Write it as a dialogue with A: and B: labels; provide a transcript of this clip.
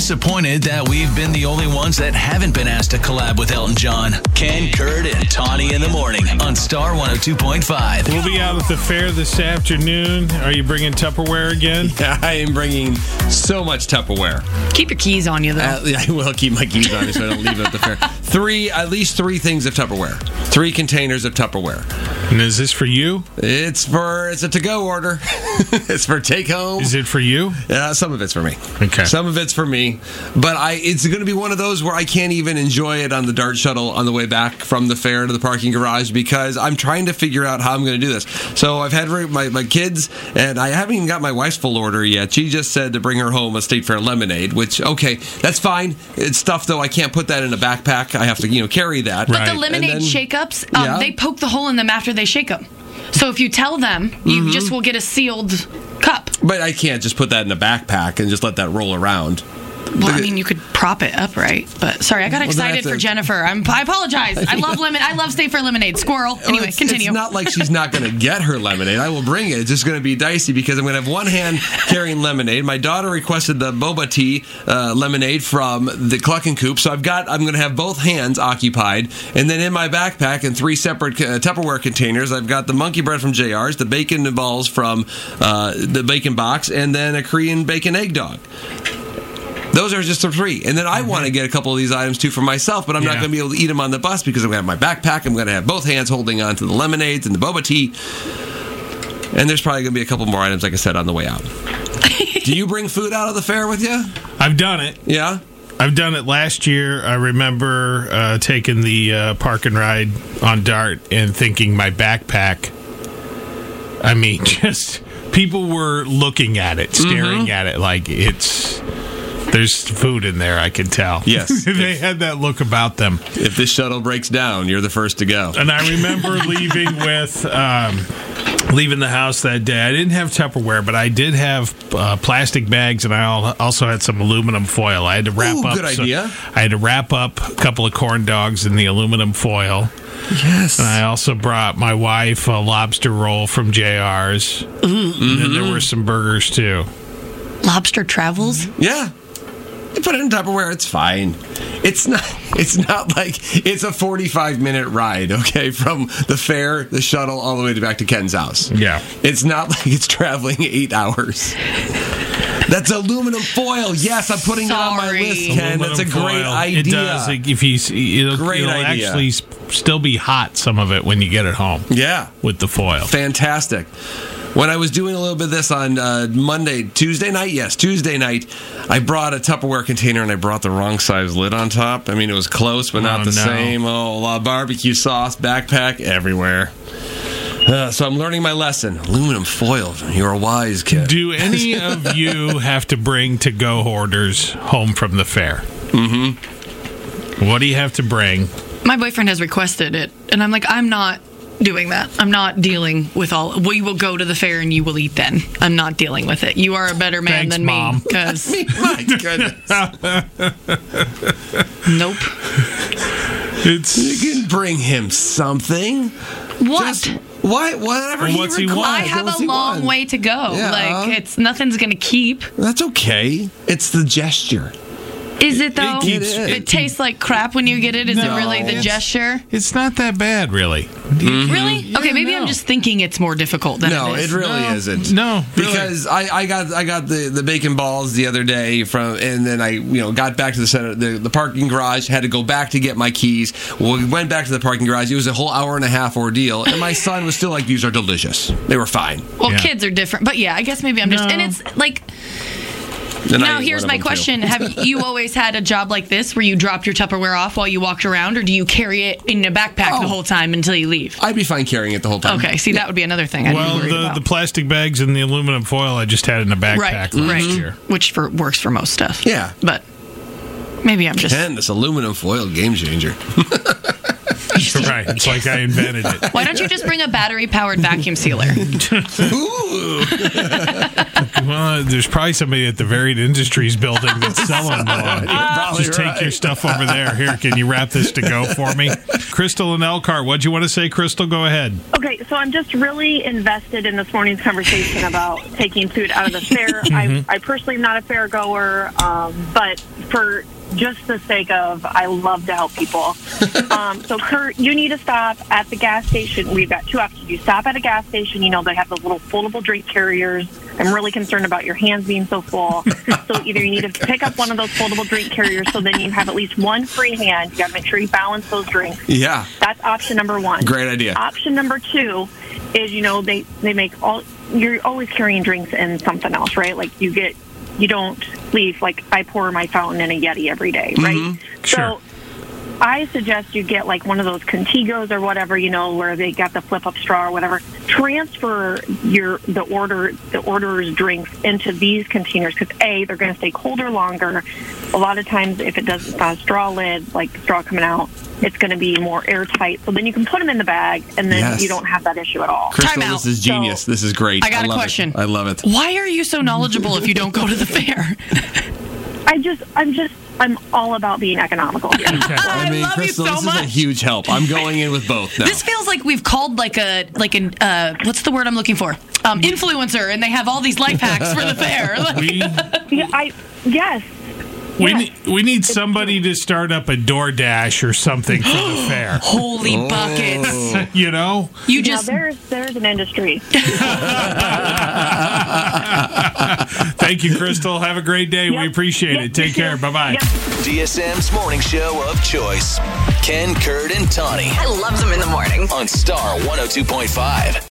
A: Disappointed that we've been the only ones that haven't been asked to collab with Elton John. Ken Kurd and Tawny in the morning on Star 102.5.
B: We'll be out at the fair this afternoon. Are you bringing Tupperware again?
C: I am bringing so much Tupperware.
D: Keep your keys on you, though.
C: Uh, I will keep my keys on me so I don't leave it at the fair. Three, at least three things of Tupperware. Three containers of Tupperware.
B: And is this for you?
C: It's for it's a to-go order. it's for take home.
B: Is it for you?
C: Uh, some of it's for me.
B: Okay.
C: Some of it's for me, but I it's going to be one of those where I can't even enjoy it on the dart shuttle on the way back from the fair to the parking garage because I'm trying to figure out how I'm going to do this. So I've had my my kids and I haven't even got my wife's full order yet. She just said to bring her home a state fair lemonade, which okay, that's fine. It's stuff though I can't put that in a backpack. I have to you know carry that.
D: But the
B: Right.
D: lemonade
C: And then-
D: shake-ups, um,
C: Yeah.
D: they poke the hole in them after they shake them. So if you tell them, you
C: Mm-hmm.
D: just will get a sealed cup.
C: But I can't just put that in a backpack and just let that roll around.
D: Well, I mean, you could prop it up, right? But sorry, I got
C: then I have
D: excited
C: to-
D: for Jennifer. I'm, I apologize. I love lemon. I love State Fair lemonade. Squirrel. Anyway,
C: it's,
D: continue.
C: It's not like she's not going to get her lemonade. I will bring it. It's just going to be dicey because I'm going to have one hand carrying lemonade. My daughter requested the boba tea uh, lemonade from the Cluck and Coop, so I've got I'm going to have both hands occupied. And then in my backpack in three separate uh, Tupperware containers, I've got the monkey bread from JR's, the bacon and balls from uh, the bacon box, and then a Korean bacon egg dog. Those are just the three. And then I want to get a couple of these items too for myself, but I'm not
B: Yeah.
C: going to be able to eat them on the bus because I'm going to have my backpack. I'm going to have both hands holding on to the lemonades and the boba tea. And there's probably going to be a couple more items, like I said, on the way out. Do you bring food out of the fair with you?
B: I've done it.
C: Yeah?
B: I've done it last year. I remember uh, taking the uh, park and ride on Dart and thinking my backpack. I mean, just people were looking at it, staring at it like it's. There's food in there, I could tell.
C: Yes.
B: they had that look about them.
C: If this shuttle breaks down, you're the first to go.
B: And I remember leaving with um, leaving the house that day. I didn't have Tupperware, but I did have uh, plastic bags, and I al- also had some aluminum foil. I had to wrap
C: Ooh,
B: up.
C: good idea.
B: I had to wrap up a couple of corn dogs in the aluminum foil.
C: Yes.
B: And I also brought my wife a lobster roll from JR's. And then
C: Mm-hmm.
B: there were some burgers too.
D: Lobster travels.
C: Yeah. You put it in Tupperware, it's fine. It's not it's not like it's a 45 minute ride, okay, from the fair, the shuttle all the way to back to Ken's house.
B: Yeah.
C: It's not like it's traveling 8 hours. That's aluminum foil. Yes, I'm putting it on my
D: Sorry.
C: list, Ken. That's a
B: Aluminum
C: great
B: foil.
C: idea.
B: It does. Like, If you, see- it'll,
C: Great
B: it'll
C: idea.
B: actually s- still be hot some of it when you get it home
C: Yeah.
B: with the foil.
C: Fantastic. When I was doing a little bit of this on uh, Monday, Tuesday night, yes, Tuesday night, I brought a Tupperware container and I brought the wrong size lid on top. I mean, it was close, but not
B: Oh,
C: the
B: no.
C: same. Oh, a lot of barbecue sauce, backpack, everywhere. Uh, so I'm learning my lesson. Aluminum foil. You're a wise kid.
B: Do any of you have to bring to go orders home from the fair? Mm hmm. What do you have to bring?
D: Mm-hmm. My boyfriend has requested it, and I'm like, I'm not doing that. I'm not dealing with all. We will go to the fair, and you will eat. Then I'm not dealing with it. You are a better man
B: Thanks,
D: than me,
B: Mom.
D: because
C: my goodness.
D: nope.
B: It's.
C: You can bring him something.
D: What?
C: Just what? Whatever
B: Well,
C: he
B: what's he
C: requires.
B: want?
D: I have
C: What's
D: a
C: he
D: long
C: want?
D: way to go.
C: Yeah.
D: Like it's nothing's gonna keep.
C: That's okay. It's the gesture.
D: Is it though?
C: keeps- Mm-hmm.
D: it,
C: it-
D: tastes like crap when you get it. Is
B: No.
D: it really the
B: It's-
D: gesture?
B: It's not that bad, really.
D: Really? okay, maybe
B: no.
D: I'm just thinking it's more difficult than
C: no,
D: it is.
C: it really
B: No.
C: isn't.
B: No, really.
C: because I, I got I got the, the bacon balls the other day from, and then I you know got back to the center the, the parking garage. Had to go back to get my keys. Well, we went back to the parking garage. It was a whole hour and a half ordeal, and my son was still like, "These are delicious. They were fine."
D: well,
B: Yeah.
D: kids are different, but yeah, I guess maybe I'm just.
B: No.
D: And it's like
C: And I ate
D: now.
C: one
D: Here's
C: of
D: my
C: them, too.
D: question: Have you always had a job like this where you dropped your Tupperware off while you walked around, or do you carry it in a backpack
C: Oh.
D: the whole time until you leave?
C: I'd be fine carrying it the whole time.
D: Okay, see that would be another thing. I'd
B: well,
D: be worried
B: the,
D: about.
B: the plastic bags and the aluminum foil I just had in a backpack
D: right,
B: last
D: right,
B: year.
D: which for works for most stuff.
C: Yeah.
D: but maybe I'm just
C: And this aluminum foil game changer.
D: tasty.
B: Right. It's like I invented it.
D: Why don't you just bring a battery powered vacuum sealer?
C: Ooh.
B: Well, there's probably somebody at the Varied Industries building that's selling one.
C: probably
B: Just take your stuff over there. Here, can you wrap this to go for me? Crystal and Elkhart, what'd you want to say, Crystal? Go ahead.
E: Okay, so I'm just really invested in this morning's conversation about taking food out of the fair. I, I personally am not a fair goer, um, but for just the sake of, I love to help people. um, so, Kurt, you need to stop at the gas station. We've got two options. You stop at a gas station, you know, they have those little foldable drink carriers. I'm really concerned about your hands being so full. so, either you need to pick up one of those foldable drink carriers so then you have at least one free hand. You got to make sure you balance those drinks.
C: Yeah.
E: That's option number one.
C: Great idea.
E: Option number two is you know they they make all you're always carrying drinks and something else, right? Like you get you don't leave like I pour my fountain in a Yeti every day, right?
C: Mm-hmm.
B: Sure.
E: So I suggest you get like one of those Contigos or whatever, you know, where they got the flip up straw or whatever. Transfer your the order the orderer's drinks into these containers because a they're going to stay colder longer. A lot of times, if it doesn't have a straw lid, like the straw coming out, it's going to be more airtight. So then you can put them in the bag, and then
C: Yes.
E: you don't have that issue at all.
C: Crystal,
D: Time
C: this
D: out.
C: is genius. this is great.
D: I got a
C: love it.
D: question.
C: I love it.
D: Why are you so knowledgeable if you don't go to the fair?
E: I just I'm just I'm all about being economical. Here.
D: I
C: mean,
D: love you
C: Crystal,
D: so
C: this is a
D: much.
C: huge help. I'm going in with both now.
D: This feels like we've called like a like an uh, what's the word I'm looking for? Um, influencer, and they have all these life hacks for the fair. Like,
B: We
E: yeah, I yes.
B: we
E: Yes.
B: need, we need somebody to start up a DoorDash or something for the fair.
D: holy
C: Oh.
D: buckets!
B: You know,
D: You
E: Now
D: just
E: there's there's an industry.
B: thank you, Crystal. Have a great day. We
E: Yep.
B: appreciate
E: Yep,
B: it.
E: you
B: Take care.
E: too.
B: Bye bye.
E: Yep.
A: DSM's morning show of choice. Ken, Kurt, and Tawny
F: I love them in the morning.
A: oh on Star 102.5.